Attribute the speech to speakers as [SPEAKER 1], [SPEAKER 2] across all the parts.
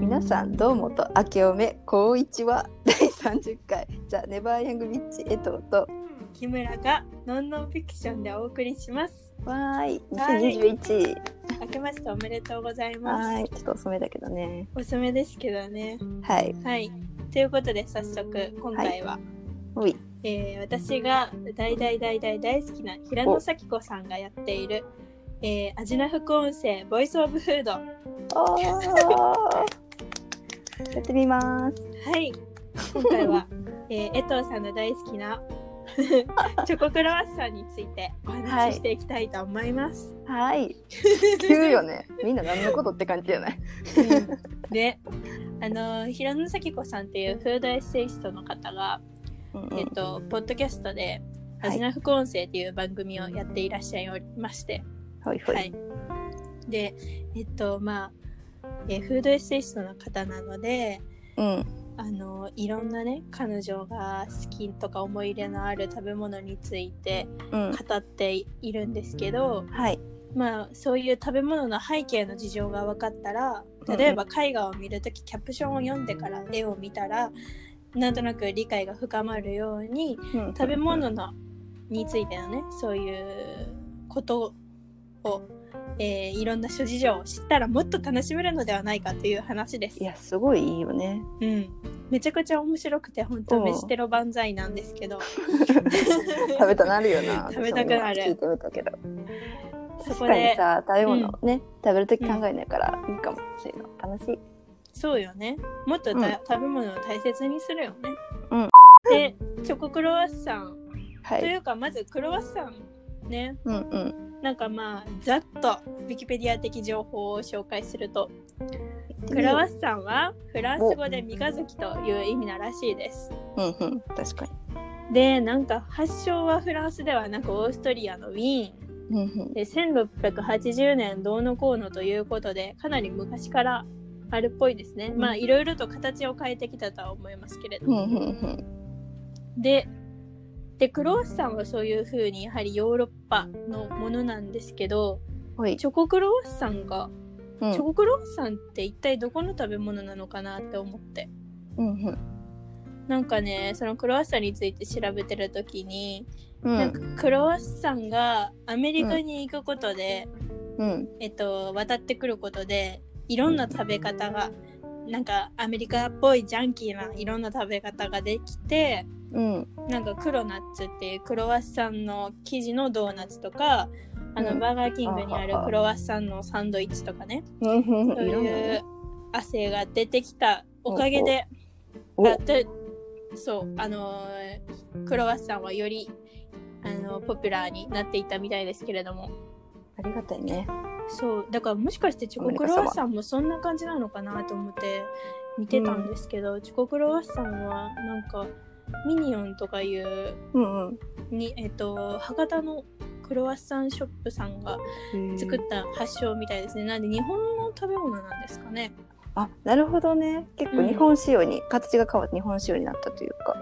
[SPEAKER 1] 皆さんどうもと明けおめこういちは 第30回ザ・ネバーヤングビッチ江藤と
[SPEAKER 2] 木村がノンノンフィクションでお送りします。
[SPEAKER 1] わーい
[SPEAKER 2] はい
[SPEAKER 1] 2021
[SPEAKER 2] 明けましておめでとうござい
[SPEAKER 1] は
[SPEAKER 2] ます。
[SPEAKER 1] ーいちょっと遅めだけどね
[SPEAKER 2] 遅めですけどね。
[SPEAKER 1] はい
[SPEAKER 2] はい。ということで早速今回は、
[SPEAKER 1] おい
[SPEAKER 2] えー私が大大大大大好きな平野咲子さんがやっている、えー、アジナ副音声ボイスオブフード。は
[SPEAKER 1] お ーやってみます
[SPEAKER 2] い。今回 は、えー江藤さんの大好きなチョコクロワッサンについてお話ししていきたいと思います。
[SPEAKER 1] はい急よねみんな何のことって感じじゃない
[SPEAKER 2] であの平野咲子さんっていうフードエッセイストの方が、
[SPEAKER 1] うん
[SPEAKER 2] えっと、ポッドキャストで「アジナ副音声」っていう番組をやっていらっしゃいまして、
[SPEAKER 1] ほいほい、
[SPEAKER 2] はい、でえっとまあ、えーフードエッセイストの方なので
[SPEAKER 1] うん
[SPEAKER 2] あのいろんなね彼女が好きとか思い入れのある食べ物について
[SPEAKER 1] うん
[SPEAKER 2] 語っているんですけど、
[SPEAKER 1] はい
[SPEAKER 2] まあそういう食べ物の背景の事情が分かったら例えば絵画を見るときキャプションを読んでから絵を見たらなんとなく理解が深まるように食べ物のについてのねそういうことを、えーいろんな諸事情を知ったらもっと楽しめるのではないかという話です
[SPEAKER 1] い。やすごいいいよね
[SPEAKER 2] うん、めちゃくちゃ面白くて本当
[SPEAKER 1] うん
[SPEAKER 2] 飯テロ万歳なんですけ ど
[SPEAKER 1] 食べたなるよな
[SPEAKER 2] 食べたくなる
[SPEAKER 1] 私も今聞いてみたけど
[SPEAKER 2] そ
[SPEAKER 1] 確
[SPEAKER 2] こ
[SPEAKER 1] かに
[SPEAKER 2] で
[SPEAKER 1] さ食べ物をね、食べるとき考えないからいいかもしれない楽しい
[SPEAKER 2] そうよねもっとた、
[SPEAKER 1] うん
[SPEAKER 2] 食べ物を大切にするよね、
[SPEAKER 1] うん
[SPEAKER 2] でチョコクロワッサン
[SPEAKER 1] は
[SPEAKER 2] と
[SPEAKER 1] い
[SPEAKER 2] いうかまずクロワッサンね
[SPEAKER 1] うんうん
[SPEAKER 2] なんかまあざっとウィキペディア的情報を紹介するとクロワッサンはフランス語で三日月という意味ならしいです
[SPEAKER 1] うんうん確か
[SPEAKER 2] でなんか発祥はフランスではなくオーストリアのウィーン
[SPEAKER 1] にうんうん
[SPEAKER 2] で1680年どうのこうのということでかなり昔からあるっぽいですね、まあいろいろと形を変えてきたとは思いますけれど
[SPEAKER 1] うん
[SPEAKER 2] も、
[SPEAKER 1] うん
[SPEAKER 2] ででクロワッサンはそういう風にやはりヨーロッパのものなんですけど
[SPEAKER 1] うんほい
[SPEAKER 2] チョコクロワッサンが、
[SPEAKER 1] うん
[SPEAKER 2] チョコクロワッサンって一体どこの食べ物なのかなって思って
[SPEAKER 1] うんうん
[SPEAKER 2] なんかねそのクロワッサンについて調べてる時に、
[SPEAKER 1] う
[SPEAKER 2] なん
[SPEAKER 1] ん
[SPEAKER 2] かクロワッサンがアメリカに行くことで、
[SPEAKER 1] うん
[SPEAKER 2] えっと、渡ってくることでいろんな食べ方がなんかアメリカっぽいジャンキーないろんな食べ方ができて、
[SPEAKER 1] うん
[SPEAKER 2] なんかクロナッツっていうクロワッサンの生地のドーナツとかあ
[SPEAKER 1] う
[SPEAKER 2] の
[SPEAKER 1] ん
[SPEAKER 2] バーガーキングにある
[SPEAKER 1] あはは
[SPEAKER 2] クロワッサンのサンドイッチとかね
[SPEAKER 1] うんうん
[SPEAKER 2] そういう汗が出てきたおかげで
[SPEAKER 1] お
[SPEAKER 2] あでそうあのークロワッサンはよりあのポピュラーになっていったみたいですけれども
[SPEAKER 1] ありがたいね
[SPEAKER 2] そうだからもしかしてチョコクロワッサンもそんな感じなのかなと思って見てたんですけど、チョコクロワッサンはなんかミニオンとかいう
[SPEAKER 1] うんうん
[SPEAKER 2] に、えっと博多のクロワッサンショップさんが作った発祥みたいですね。なんで日本の食べ物なんですかね。
[SPEAKER 1] あなるほどね結構
[SPEAKER 2] うん
[SPEAKER 1] 日本仕様に形が変わって日本仕様になったというか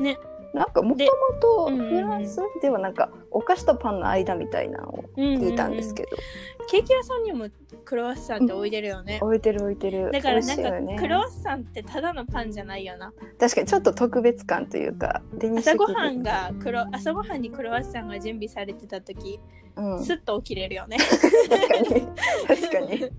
[SPEAKER 2] ね
[SPEAKER 1] なんかもと
[SPEAKER 2] で
[SPEAKER 1] もと
[SPEAKER 2] うんうんうん
[SPEAKER 1] フランスではなんかお菓子とパンの間みたいなのを
[SPEAKER 2] うん
[SPEAKER 1] 聞いたんですけど、
[SPEAKER 2] ど、ケーキ屋さんにもクロワッサンって置いてるよね。
[SPEAKER 1] 置いてる置いてる
[SPEAKER 2] だから
[SPEAKER 1] 美味
[SPEAKER 2] な
[SPEAKER 1] しい
[SPEAKER 2] んか、
[SPEAKER 1] よね
[SPEAKER 2] クロワッサンってただのパンじゃないよな。
[SPEAKER 1] 確かにちょっと特別感というかデニッシ
[SPEAKER 2] 朝
[SPEAKER 1] ュ
[SPEAKER 2] ごはんがクロ朝ごはんにクロワッサンが準備されてた時、
[SPEAKER 1] うん、
[SPEAKER 2] すっと起きれるよね。
[SPEAKER 1] 確かに 確かに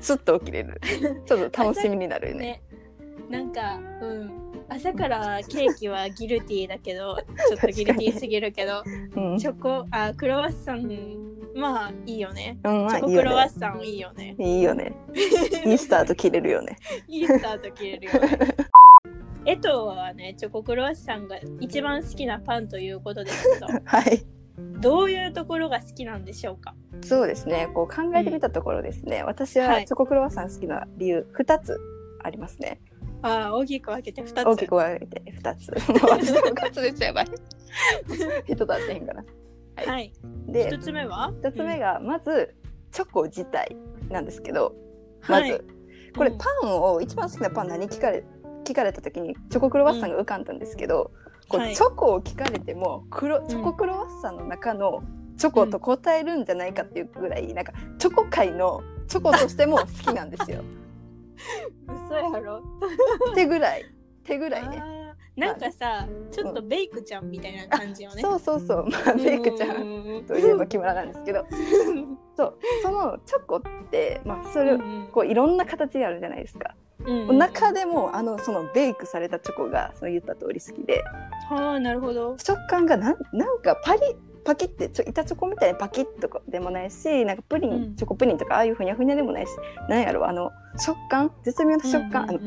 [SPEAKER 1] スッと起きれるちょっと楽しみになるよね
[SPEAKER 2] ね。なんかうん。朝からケーキはギルティーだけどちょっとギルティーすぎるけど
[SPEAKER 1] うん、
[SPEAKER 2] チョコあクロワッサンまあいいよね。
[SPEAKER 1] うん、ま
[SPEAKER 2] チ
[SPEAKER 1] あ
[SPEAKER 2] ョ
[SPEAKER 1] い
[SPEAKER 2] コ
[SPEAKER 1] い
[SPEAKER 2] ク
[SPEAKER 1] よ
[SPEAKER 2] ロワッ
[SPEAKER 1] ね
[SPEAKER 2] サンいいよね。
[SPEAKER 1] いいよねいいスタート切れるよね
[SPEAKER 2] いいスタート切れるよね。江藤はねチョコクロワッサンが一番好きなパンということです けど
[SPEAKER 1] はい
[SPEAKER 2] どういうところが好きなんでしょうか
[SPEAKER 1] そうですねこう考えてみたところですね、私ははいチョコクロワッサン好きな理由2つありますね
[SPEAKER 2] ああ大きく分けて2つ
[SPEAKER 1] 大きく分けて2つ もう私の2つ ですやばい人だってへんから
[SPEAKER 2] はい、
[SPEAKER 1] で
[SPEAKER 2] 1つ目は
[SPEAKER 1] 2つ目
[SPEAKER 2] が、
[SPEAKER 1] がまずチョコ自体なんですけど、
[SPEAKER 2] うん
[SPEAKER 1] ま
[SPEAKER 2] は
[SPEAKER 1] ず、
[SPEAKER 2] い
[SPEAKER 1] これ
[SPEAKER 2] うん
[SPEAKER 1] パンを一番好きなパン何聞かれ聞かれた時にチョコクロワッサンが浮かんだんですけど、こう
[SPEAKER 2] はい
[SPEAKER 1] チョコを聞かれても黒チョコクロワッサンの中のチョコと答え るんじゃないかっていうぐらい、なんかチョコ界のチョコとしても好きなんですよ。
[SPEAKER 2] 嘘やろ
[SPEAKER 1] 手ぐらい手ぐらいね
[SPEAKER 2] あーなんかさ、ちょっとベイクちゃんみたいな感じよね。
[SPEAKER 1] そうそうそうまあメイクちゃん
[SPEAKER 2] ん。
[SPEAKER 1] といえば木村なんですけどそうそのチョコってまあそれこういろんな形があるじゃないですか、
[SPEAKER 2] うん、
[SPEAKER 1] 中でもあのそのベイクされたチョコがその言った通り好きで
[SPEAKER 2] はあなるほど。
[SPEAKER 1] 食感がなんなんかパリパキってちょ板チョコみたいにパキッとかでもないしなんかプリン、
[SPEAKER 2] うん
[SPEAKER 1] チョコプリンとかああいうふにゃふにゃでもないしなんやろあの食感絶妙な食感、
[SPEAKER 2] うん
[SPEAKER 1] あの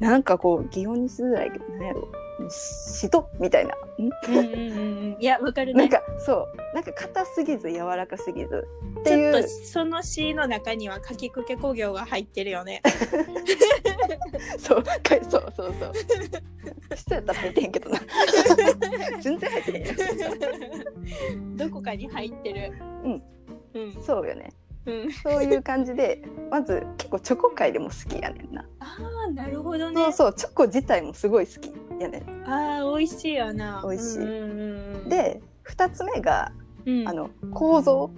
[SPEAKER 1] なんかこう擬音にしづらいけどなんやろしとみたいな、ん
[SPEAKER 2] うんうんうんうんうんいやわかる
[SPEAKER 1] な
[SPEAKER 2] ね
[SPEAKER 1] ん。かそうなんか硬すぎず柔らかすぎずって
[SPEAKER 2] ち
[SPEAKER 1] い
[SPEAKER 2] ょっ
[SPEAKER 1] う
[SPEAKER 2] とその詩の中にはかきくけ工業が入ってる よね。
[SPEAKER 1] そうかそうそうそう人やったら入ってへんけ どな全然入ってへんや
[SPEAKER 2] どこかに入ってる。
[SPEAKER 1] うん。
[SPEAKER 2] うん。
[SPEAKER 1] そうよね
[SPEAKER 2] うん。
[SPEAKER 1] そういう感じでまず結構チョコ界でも好きやねんな
[SPEAKER 2] ああなるほどね。
[SPEAKER 1] そうそうチョコ自体もすごい好きやねん
[SPEAKER 2] ああ美味しいよな。
[SPEAKER 1] 美味しい
[SPEAKER 2] うんうんうん、
[SPEAKER 1] で2つ目が
[SPEAKER 2] うん
[SPEAKER 1] あの構造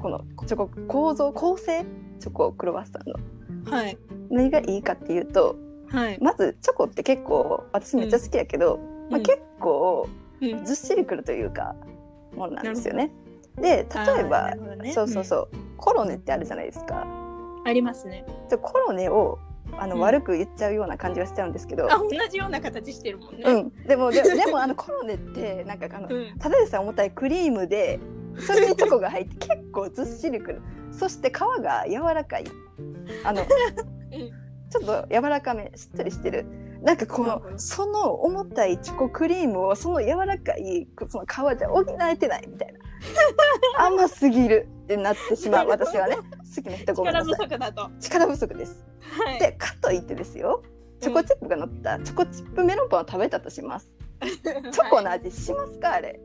[SPEAKER 1] このチョコ構造構成チョコクロワッサンの
[SPEAKER 2] はい
[SPEAKER 1] 何がいいかっていうと
[SPEAKER 2] はい。
[SPEAKER 1] まずチョコって結構私めっちゃ好きやけど、まあ、
[SPEAKER 2] うん
[SPEAKER 1] 結構
[SPEAKER 2] うん
[SPEAKER 1] ずっしりくるというかものなんですよね。で例え
[SPEAKER 2] あーな
[SPEAKER 1] ば
[SPEAKER 2] るほどね
[SPEAKER 1] そうそうそう、コロネってあるじゃないですか。
[SPEAKER 2] ありますね。
[SPEAKER 1] ちょコロネをあの、
[SPEAKER 2] うん
[SPEAKER 1] 悪く言っちゃうような感じがしちゃうんですけど
[SPEAKER 2] あ、同じような形してるもんね。
[SPEAKER 1] うん、でもででもあのコロネってなんかあの
[SPEAKER 2] うん
[SPEAKER 1] ただでさえ重たいクリームでそれにチョコが入って結構ずっしりくるそして皮が柔らかいあ のちょっと柔らかめしっとりしてるなんかこ
[SPEAKER 2] な
[SPEAKER 1] の
[SPEAKER 2] るほど
[SPEAKER 1] その重たいチョコクリームをその柔らかいその皮じゃ補えてないみたいな甘すぎるってなってしまう
[SPEAKER 2] なるほ
[SPEAKER 1] 私
[SPEAKER 2] ど
[SPEAKER 1] はね好きな人ごめんな
[SPEAKER 2] 力不
[SPEAKER 1] さい
[SPEAKER 2] 足だと。は
[SPEAKER 1] 力不足です
[SPEAKER 2] い。
[SPEAKER 1] でかといってですよチョコチップが乗ったチョコチップメロンパンを食べたとしますチョコの
[SPEAKER 2] はい
[SPEAKER 1] 味しますかあれ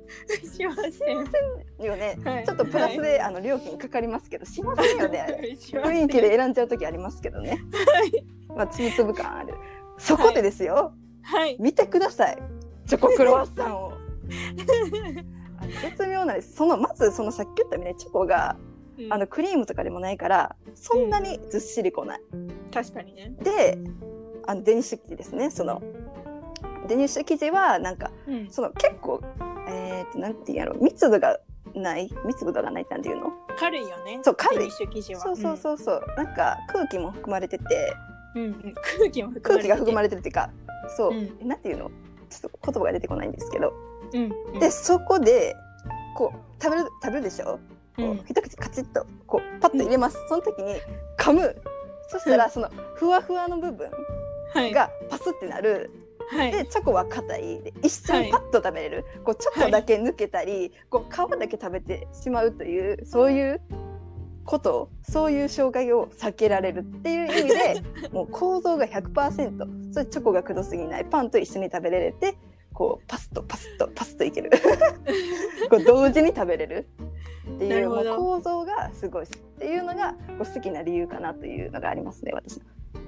[SPEAKER 2] しません。
[SPEAKER 1] よね、
[SPEAKER 2] はい
[SPEAKER 1] ちょっとプラスで、あの料金かかりますけどしませんよねあれ
[SPEAKER 2] しません
[SPEAKER 1] 雰囲気で選んじゃう時ありますけどね
[SPEAKER 2] はい
[SPEAKER 1] まあつぶつぶ感あるそこでですよ、
[SPEAKER 2] はい。
[SPEAKER 1] 見てくださいチョコクロワッサンをあの絶妙なんですそのまずそのさっき言ったみたいにチョコが
[SPEAKER 2] うん
[SPEAKER 1] あのクリームとかでもないからそんなにずっしりこない、
[SPEAKER 2] 確かにね。
[SPEAKER 1] であのデニッシュ生地ですねそのデニッシュ生地はなんか
[SPEAKER 2] うん。
[SPEAKER 1] その結構えー、となんていうんやろ密度がない密度がないなんていうの
[SPEAKER 2] 軽いよね。
[SPEAKER 1] そう軽い
[SPEAKER 2] デニッシュ生地は。
[SPEAKER 1] そうそうそうそう、なんか空気も含まれてて
[SPEAKER 2] うん。うんうん。空気も
[SPEAKER 1] 空
[SPEAKER 2] 含まれ
[SPEAKER 1] 気
[SPEAKER 2] て
[SPEAKER 1] が含まれてるっていうかそう、
[SPEAKER 2] う
[SPEAKER 1] なんていうのちょっと言葉が出てこないんですけど、
[SPEAKER 2] れうんうん。
[SPEAKER 1] でそこでこう食べる食べるでしょ
[SPEAKER 2] う
[SPEAKER 1] こ
[SPEAKER 2] ん
[SPEAKER 1] う一口カチッとこうパッと入れます、その時に噛むそしたらそのふわふわの部分
[SPEAKER 2] はい。
[SPEAKER 1] がパスってなる、
[SPEAKER 2] はい。
[SPEAKER 1] でチョコは硬いで一瞬パッと食べれる、こうチョコだけ抜けたり、こう皮だけ食べてしまうというそういうことをそういう障害を避けられるっていう意味で もう構造が100%それチョコがくどすぎないパンと一緒に食べられてこうパスッとパスッとパスッといけ るこう同時に食べれるって
[SPEAKER 2] ないる
[SPEAKER 1] うも
[SPEAKER 2] ほ
[SPEAKER 1] う
[SPEAKER 2] ど
[SPEAKER 1] 構造がすごいっていうのがこう好きな理由かなというのがありますね私の。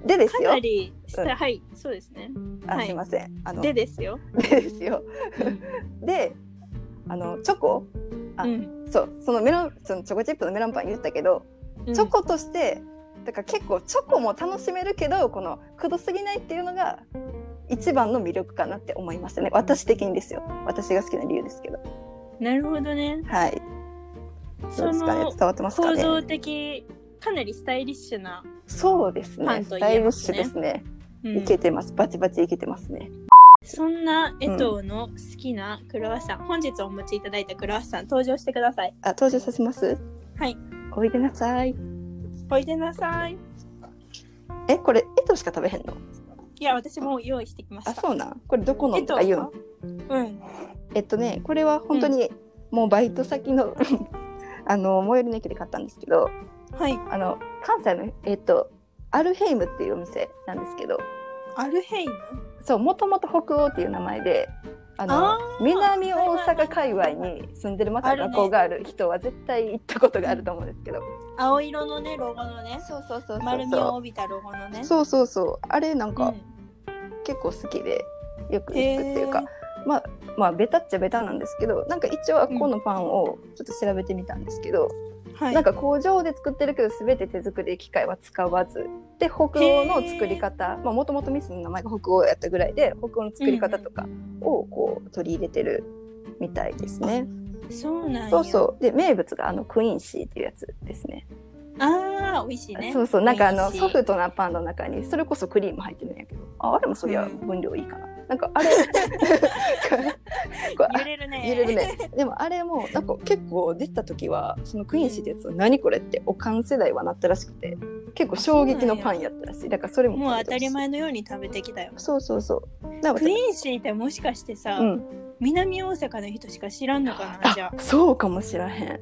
[SPEAKER 1] でです
[SPEAKER 2] か
[SPEAKER 1] よ
[SPEAKER 2] なり下、
[SPEAKER 1] うん
[SPEAKER 2] はい。そうですね。
[SPEAKER 1] あ
[SPEAKER 2] はい
[SPEAKER 1] すいませんあの
[SPEAKER 2] でですよ。
[SPEAKER 1] でですよ。であのチョコあ
[SPEAKER 2] うん。
[SPEAKER 1] そうそのメロンそのチョコチップのメロンパン言ったけど、
[SPEAKER 2] うん
[SPEAKER 1] チョ。コとしてだから結構チョコも楽しめるけどこのくどすぎないっていうのが一番の魅力かなって思いましたね私的にですよ私が好きな理由ですけど
[SPEAKER 2] なるほどね。
[SPEAKER 1] はいどう
[SPEAKER 2] そ
[SPEAKER 1] ですかね
[SPEAKER 2] の
[SPEAKER 1] 伝わってますか
[SPEAKER 2] 構
[SPEAKER 1] ね
[SPEAKER 2] 造的かなりスタイリッシュな。
[SPEAKER 1] そうです
[SPEAKER 2] パ
[SPEAKER 1] ね
[SPEAKER 2] ンと
[SPEAKER 1] ス
[SPEAKER 2] いえば
[SPEAKER 1] タイリッシュですね
[SPEAKER 2] うん
[SPEAKER 1] いけてますバチバチいけてますね
[SPEAKER 2] そんな江藤の好きなクロワッサン、本日お持ちいただいたクロワッサン登場してください。
[SPEAKER 1] あ登場させます
[SPEAKER 2] はい
[SPEAKER 1] おいでなさい
[SPEAKER 2] おいでなさい。
[SPEAKER 1] えこれえとしか食べへんの
[SPEAKER 2] いや、私もう用意してきまし
[SPEAKER 1] あ
[SPEAKER 2] た。
[SPEAKER 1] そうなんこれどこのとか言うの
[SPEAKER 2] うん。
[SPEAKER 1] えっとねこれは本当にもうバイト先の あの最寄りの駅で買ったんですけど
[SPEAKER 2] はい。
[SPEAKER 1] あの関西のえっとアルヘイムっていうお店なんですけど
[SPEAKER 2] アルヘイム
[SPEAKER 1] そうもともと北欧っていう名前であの
[SPEAKER 2] あ
[SPEAKER 1] 南大阪界隈に住んでるまた学校がある人は絶対行ったことがあると思うんですけど、
[SPEAKER 2] 青色のね、ロゴのね、
[SPEAKER 1] そうそうそうそ
[SPEAKER 2] 丸みを
[SPEAKER 1] う
[SPEAKER 2] 帯びたロゴのね。
[SPEAKER 1] そうそうそうあれなん
[SPEAKER 2] う
[SPEAKER 1] か
[SPEAKER 2] ん
[SPEAKER 1] 結構好きでよく
[SPEAKER 2] へ
[SPEAKER 1] 行くっていう
[SPEAKER 2] ー
[SPEAKER 1] か、まあまあベタっちゃベタなんですけどなんか一応このパンをちょっと調べてみたんですけど、
[SPEAKER 2] はい
[SPEAKER 1] なんか工場で作ってるけど全て手作り機械は使わずで北欧の作り方もともとミスの名前が北欧やったぐらいで北欧の作り方とかをこう取り入れてるみたいですね。
[SPEAKER 2] そうなんや
[SPEAKER 1] そうそうで名物があのクインシーっていうやつですね。
[SPEAKER 2] あー美味しいね
[SPEAKER 1] そうそうなんかあの
[SPEAKER 2] 美味しい
[SPEAKER 1] ソフトなパンの中にそれこそクリーム入ってるんやけどああれもそりゃ
[SPEAKER 2] うん
[SPEAKER 1] 分量いいかな。なんかあ れこう
[SPEAKER 2] 揺れるね
[SPEAKER 1] 揺れるね。でもあれもなんか結構出た時はそのクインシーってやつは何これっておかん世代はなったらしくて結構衝撃のパンやったらしいだからそれも
[SPEAKER 2] もう当た
[SPEAKER 1] 食べ
[SPEAKER 2] り
[SPEAKER 1] て
[SPEAKER 2] 前のように食べてきたよ
[SPEAKER 1] ほしいそうそうそうだか
[SPEAKER 2] クイーンシーってもしかしてさ、
[SPEAKER 1] らうん
[SPEAKER 2] 南大阪の人しか知らんのかなじゃ
[SPEAKER 1] あ
[SPEAKER 2] あ
[SPEAKER 1] そうかもしらへん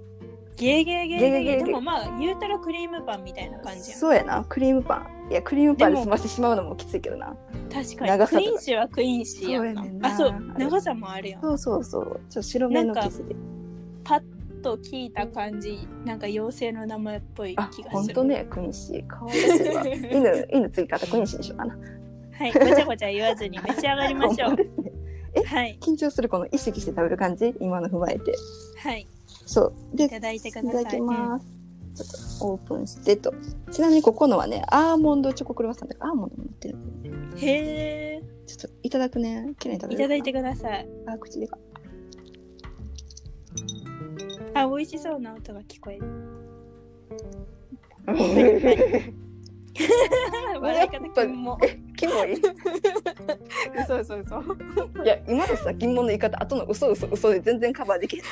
[SPEAKER 2] ゲーゲーゲ
[SPEAKER 1] ゲー
[SPEAKER 2] ーゲ
[SPEAKER 1] ゲー
[SPEAKER 2] ー
[SPEAKER 1] ゲーゲー
[SPEAKER 2] でもまあ言うたらクリームパンみたいな感じやん
[SPEAKER 1] そうやなクリームパンいやクリームパンで済ませてしまうのもきついけどな
[SPEAKER 2] 確かに
[SPEAKER 1] 長
[SPEAKER 2] ク
[SPEAKER 1] さとか
[SPEAKER 2] イーンシーはクイーンシーやんな
[SPEAKER 1] そうやねんな
[SPEAKER 2] あそう長さもあるやん
[SPEAKER 1] そうそうそうちょっと白目の生地で
[SPEAKER 2] パッと聞いた感じなんか妖精の名前っぽい
[SPEAKER 1] あ
[SPEAKER 2] 気がする
[SPEAKER 1] ほんとねクインシーかわいい わ犬犬次からクインシーにしようかな
[SPEAKER 2] はいごちゃごちゃ言わずに召し上がりましょ
[SPEAKER 1] ほん
[SPEAKER 2] う
[SPEAKER 1] まですね
[SPEAKER 2] はい
[SPEAKER 1] 緊張するこの意識して食べる感じ今の踏まえて
[SPEAKER 2] はい
[SPEAKER 1] そうで
[SPEAKER 2] いただいてく
[SPEAKER 1] いた
[SPEAKER 2] ださい
[SPEAKER 1] だきます。ちょっとオープンしてと。ちなみにここのはね、アーモンドチョコクロワッサンだからアーモンドも乗ってる。
[SPEAKER 2] うんへえ
[SPEAKER 1] ちょっといただくね。綺麗に食べ
[SPEAKER 2] い
[SPEAKER 1] れるか
[SPEAKER 2] ただ
[SPEAKER 1] ない
[SPEAKER 2] てください
[SPEAKER 1] あ、口でか。
[SPEAKER 2] あ美味しそうな音が聞こえ る笑い方キモ
[SPEAKER 1] キモい。
[SPEAKER 2] そうそうそう
[SPEAKER 1] いや、今のさ、金物の言い方、後の嘘嘘嘘で全然カバーできない。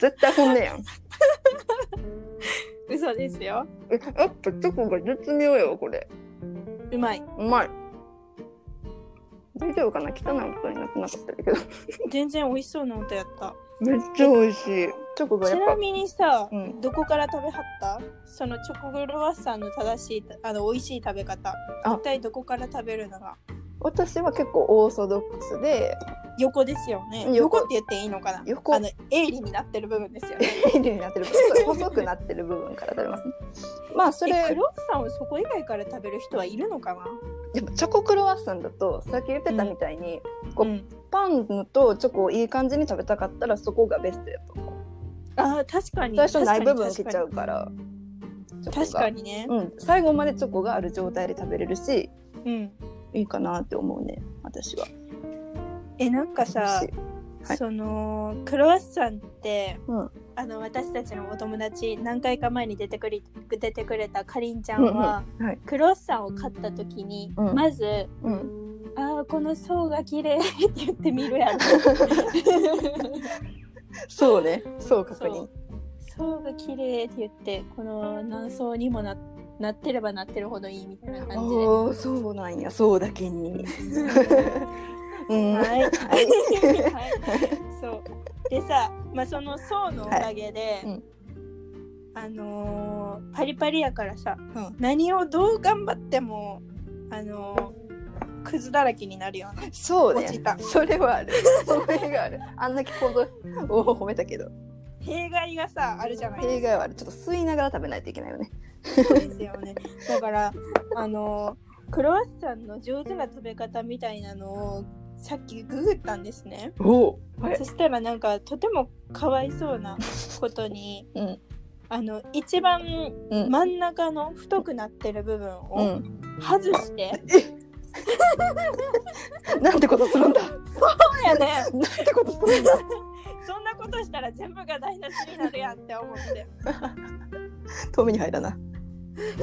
[SPEAKER 1] 絶対本音やん。
[SPEAKER 2] 嘘ですよ
[SPEAKER 1] えやっぱチョコが絶妙よ、これ。
[SPEAKER 2] うまいう
[SPEAKER 1] まい。大丈夫かな汚いことになってなかったけど。
[SPEAKER 2] 全然美味しそうな音やった
[SPEAKER 1] めっちゃ美味しい。チョコが
[SPEAKER 2] ち
[SPEAKER 1] やっ
[SPEAKER 2] な
[SPEAKER 1] ぱ。
[SPEAKER 2] みにさ、
[SPEAKER 1] うん
[SPEAKER 2] どこから食べはったそのチョコクロワッサンの正しいあの美味しい食べ方
[SPEAKER 1] あ
[SPEAKER 2] 一体どこから食べるのが
[SPEAKER 1] 私は結構オーソドックスで、
[SPEAKER 2] 横ですよね
[SPEAKER 1] 横
[SPEAKER 2] 横って言っていいのかな
[SPEAKER 1] 横
[SPEAKER 2] あの鋭利になってる部分ですよね
[SPEAKER 1] ペンになってる部分そう細くなってる部分から食べますね。 まあそ
[SPEAKER 2] それク
[SPEAKER 1] れ
[SPEAKER 2] ロワッサンをそこ以外から食べる人はいるのかな
[SPEAKER 1] でもチョコクロワッサンだとさっき言ってたみたいに、こ
[SPEAKER 2] う、
[SPEAKER 1] うんパンとチョコをいい感じに食べたかったらそこがベストやと思う。
[SPEAKER 2] あー確かに
[SPEAKER 1] 最初ない部分切っちゃうから。チョコが
[SPEAKER 2] 確かにね、
[SPEAKER 1] うん、最後までチョコがある状態で食べれるし
[SPEAKER 2] うん、
[SPEAKER 1] いいかなって思うね私は。
[SPEAKER 2] えなんかさ
[SPEAKER 1] 美はい
[SPEAKER 2] そのクロワッサンって、
[SPEAKER 1] うん
[SPEAKER 2] あの私たちのお友達何回か前に出てくり出てくれたかりんちゃんは、
[SPEAKER 1] うんうんはい
[SPEAKER 2] クロワッサンを買った時に、
[SPEAKER 1] うん
[SPEAKER 2] まず
[SPEAKER 1] うん、
[SPEAKER 2] 「ああこの層が綺麗って言ってみる やろ
[SPEAKER 1] そうねそう確
[SPEAKER 2] そ
[SPEAKER 1] 認
[SPEAKER 2] う。層が綺麗って言ってこの何層にもななってればなってるほどいいみたいな
[SPEAKER 1] あ
[SPEAKER 2] 感じで。
[SPEAKER 1] ーそうなんやそうだけ に。うん、
[SPEAKER 2] はい、はい、そう。でさ、まあ、その層のおかげで、
[SPEAKER 1] はいうん
[SPEAKER 2] あのーパリパリやからさ、
[SPEAKER 1] ん
[SPEAKER 2] 何をどう頑張っても、あのークズだらけになるような。
[SPEAKER 1] そうね
[SPEAKER 2] 落ちた
[SPEAKER 1] それはあるその弊があるあんだけ構造を褒めたけど
[SPEAKER 2] 弊害がさ、あるじゃない
[SPEAKER 1] 弊
[SPEAKER 2] で
[SPEAKER 1] 害はあるちょっと吸いながら食べないといけないよね
[SPEAKER 2] すか。ですよね。だから、あのークロワッサンの上手な食べ方みたいなのを、さっきググったんですね。
[SPEAKER 1] おおはい
[SPEAKER 2] そしたらなんかとてもかわいそうなこと に、
[SPEAKER 1] うん
[SPEAKER 2] あの一番
[SPEAKER 1] うん、
[SPEAKER 2] 真ん中の太くなってる部分
[SPEAKER 1] う
[SPEAKER 2] を
[SPEAKER 1] ん、
[SPEAKER 2] 外して、
[SPEAKER 1] なんてことするんだ
[SPEAKER 2] そうやね
[SPEAKER 1] なんてことするんだ
[SPEAKER 2] そんなことしたら全部が台無しになるやんって思って
[SPEAKER 1] 遠目に入らな
[SPEAKER 2] ちょっ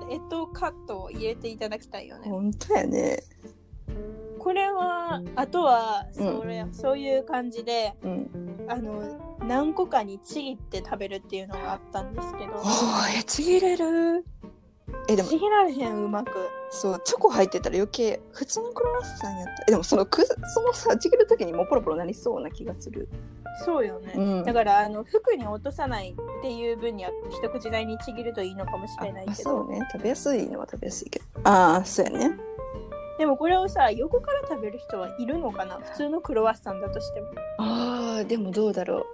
[SPEAKER 2] とえっとカットを入れていただきたいよね
[SPEAKER 1] 本当やね
[SPEAKER 2] これはあとはそれ、そういう感じで
[SPEAKER 1] うん
[SPEAKER 2] あの何個かにちぎって食べるっていうのがあったんですけど
[SPEAKER 1] おえちぎれるえでも
[SPEAKER 2] ちぎられへんうまく
[SPEAKER 1] そうチョコ入ってたら余計普通のクロワッサンやったえでもそのくそのさちぎる時にもうポロポロなりそうな気がする
[SPEAKER 2] そうよね、
[SPEAKER 1] うん
[SPEAKER 2] だからあの服に落とさないっていう分には一口大にちぎるといいのかもし
[SPEAKER 1] あ
[SPEAKER 2] れない
[SPEAKER 1] あ
[SPEAKER 2] けど
[SPEAKER 1] そうね食べやすいのは食べやすいけどああそうやね
[SPEAKER 2] でもこれをさ横から食べる人はいるのかな普通のクロワッサンだとしても
[SPEAKER 1] あーでもどうだろ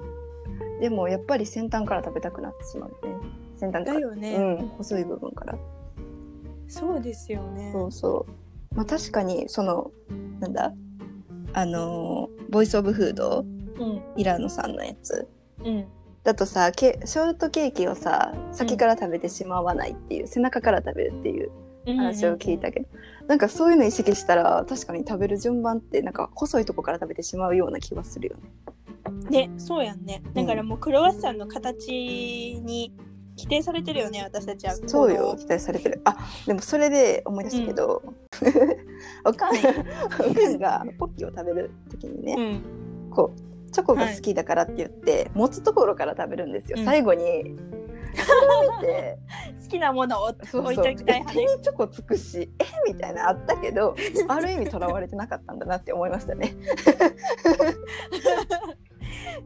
[SPEAKER 1] うでもやっぱり先端から食べたくなってしまうね先端か
[SPEAKER 2] だ
[SPEAKER 1] ら、
[SPEAKER 2] よね、
[SPEAKER 1] うん細い部分から
[SPEAKER 2] そうですよね
[SPEAKER 1] そうそうまあ確かにそのなんだあのーボイス・オブ・フード
[SPEAKER 2] うん
[SPEAKER 1] イラノさんのやつ
[SPEAKER 2] うん
[SPEAKER 1] だとさけショートケーキをさ先から食べてしまわないっていう、背中から食べるっていう話を聞いたけど、なんかそういうの意識したら確かに食べる順番ってなんか細いとこから食べてしまうような気がするよね。
[SPEAKER 2] ねそうやんねだからもうクロワッサンの形に規定されてるよね私たちは
[SPEAKER 1] そうよ期待されてるあでもそれで思い出したけど、 おかんおかんがポッキーを食べる時にね、
[SPEAKER 2] うん
[SPEAKER 1] こうチョコが好きだからって言って、持つところから食べるんですよ、
[SPEAKER 2] うん
[SPEAKER 1] 最後に。それを見て
[SPEAKER 2] 好きなものを置
[SPEAKER 1] そう
[SPEAKER 2] い
[SPEAKER 1] そう
[SPEAKER 2] ときたい
[SPEAKER 1] 手にチョコつくしえみたいなあったけどある意味とらわれてなかったんだなって思いましたね。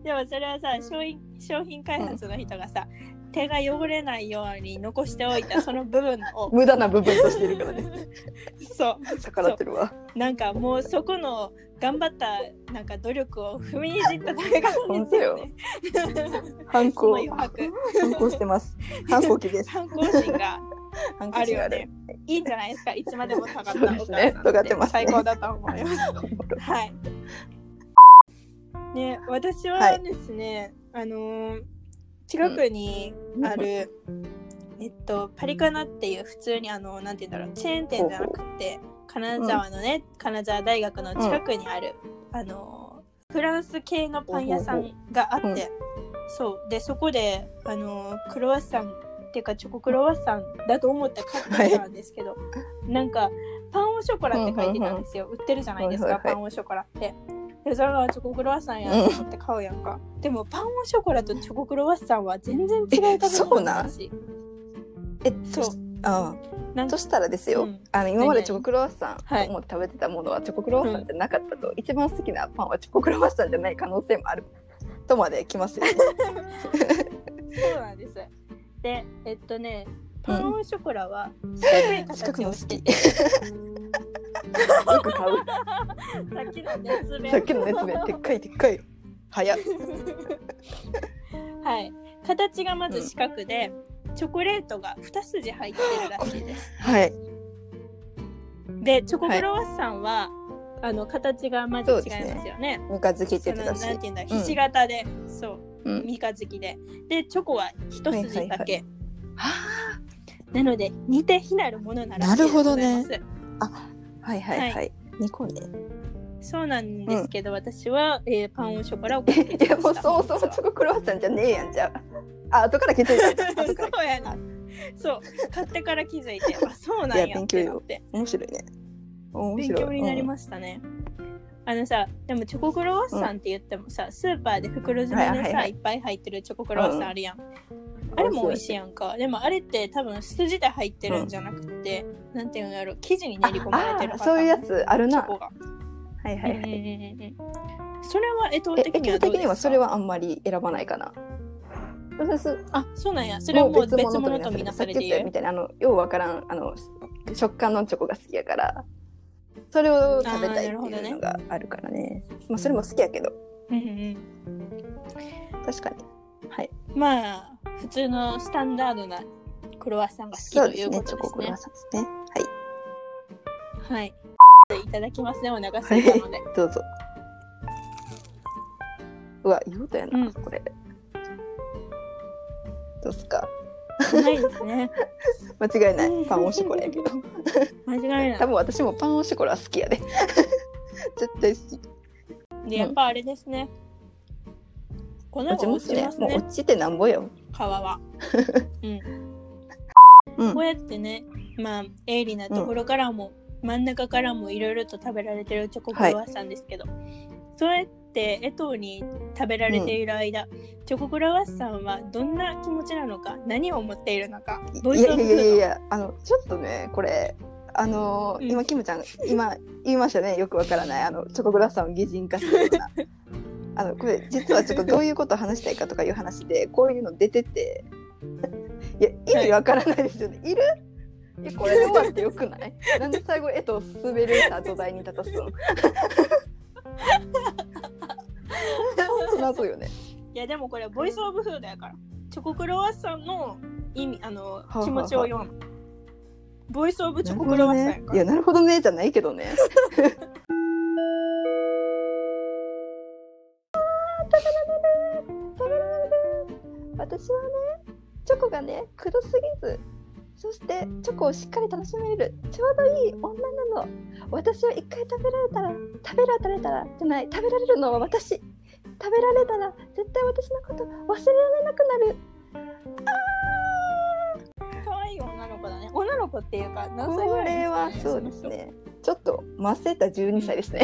[SPEAKER 2] でもそれはさ商品商品開発の人がさ、手が汚れないように残してお いたその部分を
[SPEAKER 1] 無駄な部分としてるからね
[SPEAKER 2] そ
[SPEAKER 1] 逆らってるわ。
[SPEAKER 2] うなんかもうそこの頑張ったなんか努力を踏みにじっただけなんですよ、ね。
[SPEAKER 1] 反抗
[SPEAKER 2] その余白
[SPEAKER 1] 反抗してます。反抗期です。
[SPEAKER 2] 反抗心が
[SPEAKER 1] 反
[SPEAKER 2] あ
[SPEAKER 1] 抗
[SPEAKER 2] る
[SPEAKER 1] 心
[SPEAKER 2] よ
[SPEAKER 1] が
[SPEAKER 2] ね。いいんじゃないですか。いつまでも尖った
[SPEAKER 1] そうですね
[SPEAKER 2] お母さん
[SPEAKER 1] 尖ってますね
[SPEAKER 2] 最高だと思います。
[SPEAKER 1] おもろい
[SPEAKER 2] はい。ね、私
[SPEAKER 1] は
[SPEAKER 2] はいですね、あのー近くにあ る、えっとパリカナっていう普通にあのなんて言うんだろうチェーン店じゃなくて金沢のね、金沢大学の近くにある、あのーフランス系のパン屋さんがあって、
[SPEAKER 1] ほうほう
[SPEAKER 2] そうでそこであのークロワッサンっていうかチョコクロワッサンだと思って買ってたんですけど、なんかパンオショコラって書いてたんですよ、売ってるじゃないですか、
[SPEAKER 1] はいはいはい
[SPEAKER 2] パンオショコラってでそれはチョコクロワッサンやと思って買うやんか、でもパンオショコラとチョコクロワッサンは全然違う食べ物だし
[SPEAKER 1] え
[SPEAKER 2] そう
[SPEAKER 1] ああ
[SPEAKER 2] なんか
[SPEAKER 1] としたらですよ、
[SPEAKER 2] うん
[SPEAKER 1] あの今までチョコクロワッサン
[SPEAKER 2] はい
[SPEAKER 1] と思って食べてたものはチョコクロワッサンじゃなかったと、一番好きなパンはチョコクロワッサンじゃない可能性もあるとまできます よ、ね、
[SPEAKER 2] そうなんですでえっとねパンオショコラは四角い
[SPEAKER 1] 近く
[SPEAKER 2] 形
[SPEAKER 1] の
[SPEAKER 2] を
[SPEAKER 1] 好
[SPEAKER 2] してて
[SPEAKER 1] きよく買う
[SPEAKER 2] さっきの熱弁
[SPEAKER 1] さっきの熱弁でっかいでっかいよ早っ
[SPEAKER 2] はい形がまず四角で、チョコレートが2筋入ってるらしいです
[SPEAKER 1] はい
[SPEAKER 2] でチョコクロワッサンは、あの形がまず違いますよね。
[SPEAKER 1] 三日月って
[SPEAKER 2] そ
[SPEAKER 1] 言ってた
[SPEAKER 2] のなん
[SPEAKER 1] して
[SPEAKER 2] いうんだひし形で、そう
[SPEAKER 1] うん
[SPEAKER 2] 三日月ででチョコは一筋だけ、
[SPEAKER 1] は
[SPEAKER 2] なので似て非なるものなら
[SPEAKER 1] なるほどね
[SPEAKER 2] ありがとうございま
[SPEAKER 1] あはいはいはい、
[SPEAKER 2] は
[SPEAKER 1] 二個ね
[SPEAKER 2] すそうなんですけど、私は、えーパンオショコラを買って
[SPEAKER 1] いやもうそうそうチョコクロワッサンじゃねえやんじゃああ後から気づい た後から
[SPEAKER 2] そうやなそう買ってから気づ いてあそうなん
[SPEAKER 1] いや
[SPEAKER 2] やっ
[SPEAKER 1] 勉強
[SPEAKER 2] て
[SPEAKER 1] よ
[SPEAKER 2] なって
[SPEAKER 1] 面白いね面
[SPEAKER 2] 勉
[SPEAKER 1] 白い
[SPEAKER 2] 強になりましたね。あのさでもチョコクロワッサンって言ってもさ、スーパーで袋詰めでさ、
[SPEAKER 1] はいはいはい
[SPEAKER 2] いっぱい入ってるチョコクロワッサンあるやん、あれも美味しいやんかでもあれって多分筋で入ってるんじゃなくて、なんていうんだろう生地に練り込まれてる
[SPEAKER 1] ああ
[SPEAKER 2] パターン
[SPEAKER 1] そういうやつある
[SPEAKER 2] チ
[SPEAKER 1] な
[SPEAKER 2] ョコが、
[SPEAKER 1] はいはいはい、
[SPEAKER 2] うんうんうんうんそれはえと
[SPEAKER 1] え
[SPEAKER 2] 的に
[SPEAKER 1] 基
[SPEAKER 2] は
[SPEAKER 1] 本
[SPEAKER 2] どう
[SPEAKER 1] 的に
[SPEAKER 2] です
[SPEAKER 1] は
[SPEAKER 2] か
[SPEAKER 1] それはあんまり選ばないかな。そ
[SPEAKER 2] あそうなんやそれはもう別物とみなされ
[SPEAKER 1] さってき
[SPEAKER 2] い
[SPEAKER 1] 言ったみ
[SPEAKER 2] る
[SPEAKER 1] たいなあのようわからんあの食感のチョコが好きやからそれを食べたいっていうのがあるからねまあそれも好きやけど
[SPEAKER 2] うんうん
[SPEAKER 1] 確かにはい
[SPEAKER 2] まあ普通のスタンダードなクロワッサンが好き
[SPEAKER 1] そ
[SPEAKER 2] と
[SPEAKER 1] うで
[SPEAKER 2] い
[SPEAKER 1] す
[SPEAKER 2] う
[SPEAKER 1] ね
[SPEAKER 2] こ
[SPEAKER 1] チ
[SPEAKER 2] と
[SPEAKER 1] ョコ
[SPEAKER 2] です
[SPEAKER 1] クロ
[SPEAKER 2] ね
[SPEAKER 1] ワッサンですね
[SPEAKER 2] はい。いただきますね、お腹空いたので。
[SPEAKER 1] はいどうぞうわ言うとやな、
[SPEAKER 2] うん
[SPEAKER 1] これどうっすか
[SPEAKER 2] ないですね。
[SPEAKER 1] 間違い ないパンおしこれやけど
[SPEAKER 2] 間違いな
[SPEAKER 1] 多分私もパンおしこれは好きやで 絶対好き
[SPEAKER 2] い。で、やっぱあれですね。粉が
[SPEAKER 1] 落ちま
[SPEAKER 2] 落
[SPEAKER 1] す
[SPEAKER 2] ち
[SPEAKER 1] ね
[SPEAKER 2] ます
[SPEAKER 1] もう
[SPEAKER 2] ね、
[SPEAKER 1] 落ちてなんぼよ
[SPEAKER 2] 皮は。うん。
[SPEAKER 1] うん
[SPEAKER 2] こうやってね、まあ、鋭利なところからも、真ん中からもいろいろと食べられてるチョコクロワッサンですけど、そうやって江藤に食べられている間、チョコクロワッサンはどんな気持ちなのか、何を思っているのか、ボイ
[SPEAKER 1] い
[SPEAKER 2] ス
[SPEAKER 1] やい
[SPEAKER 2] オ
[SPEAKER 1] や
[SPEAKER 2] ブフ
[SPEAKER 1] いやい
[SPEAKER 2] ード。
[SPEAKER 1] やあのちょっとねこれあのー
[SPEAKER 2] うん
[SPEAKER 1] 今キムちゃん今言いましたねよくわからないあのチョコグラサンを擬人化するようなあのこれ実はちょっとどういうことを話したいかとかいう話でこういうの出てて いや意味わからないですよね、い、るいやこれで終わってよくないなんで最後絵と滑るさ土台に立たすの謎よね
[SPEAKER 2] いやでもこれボイスオブフードやからチョコクロワッサンの意味あの
[SPEAKER 1] あはあ
[SPEAKER 2] 気持ちを読むボイスオブチョコクロワッサンやか
[SPEAKER 1] い
[SPEAKER 2] ら、
[SPEAKER 1] やなるほどねじゃないけどね 私はねチョコがね黒すぎずそしてチョコをしっかり楽しめるちょうどいい女なの私は一回食べられたら食べられたらじゃない食べられるのは私食べられたら絶対私のこと忘れられなくなる
[SPEAKER 2] 可愛い女の子だね。女の子っていうか、何歳ぐ
[SPEAKER 1] こ
[SPEAKER 2] らい
[SPEAKER 1] れはそうです。ねちょっとませた12歳ですね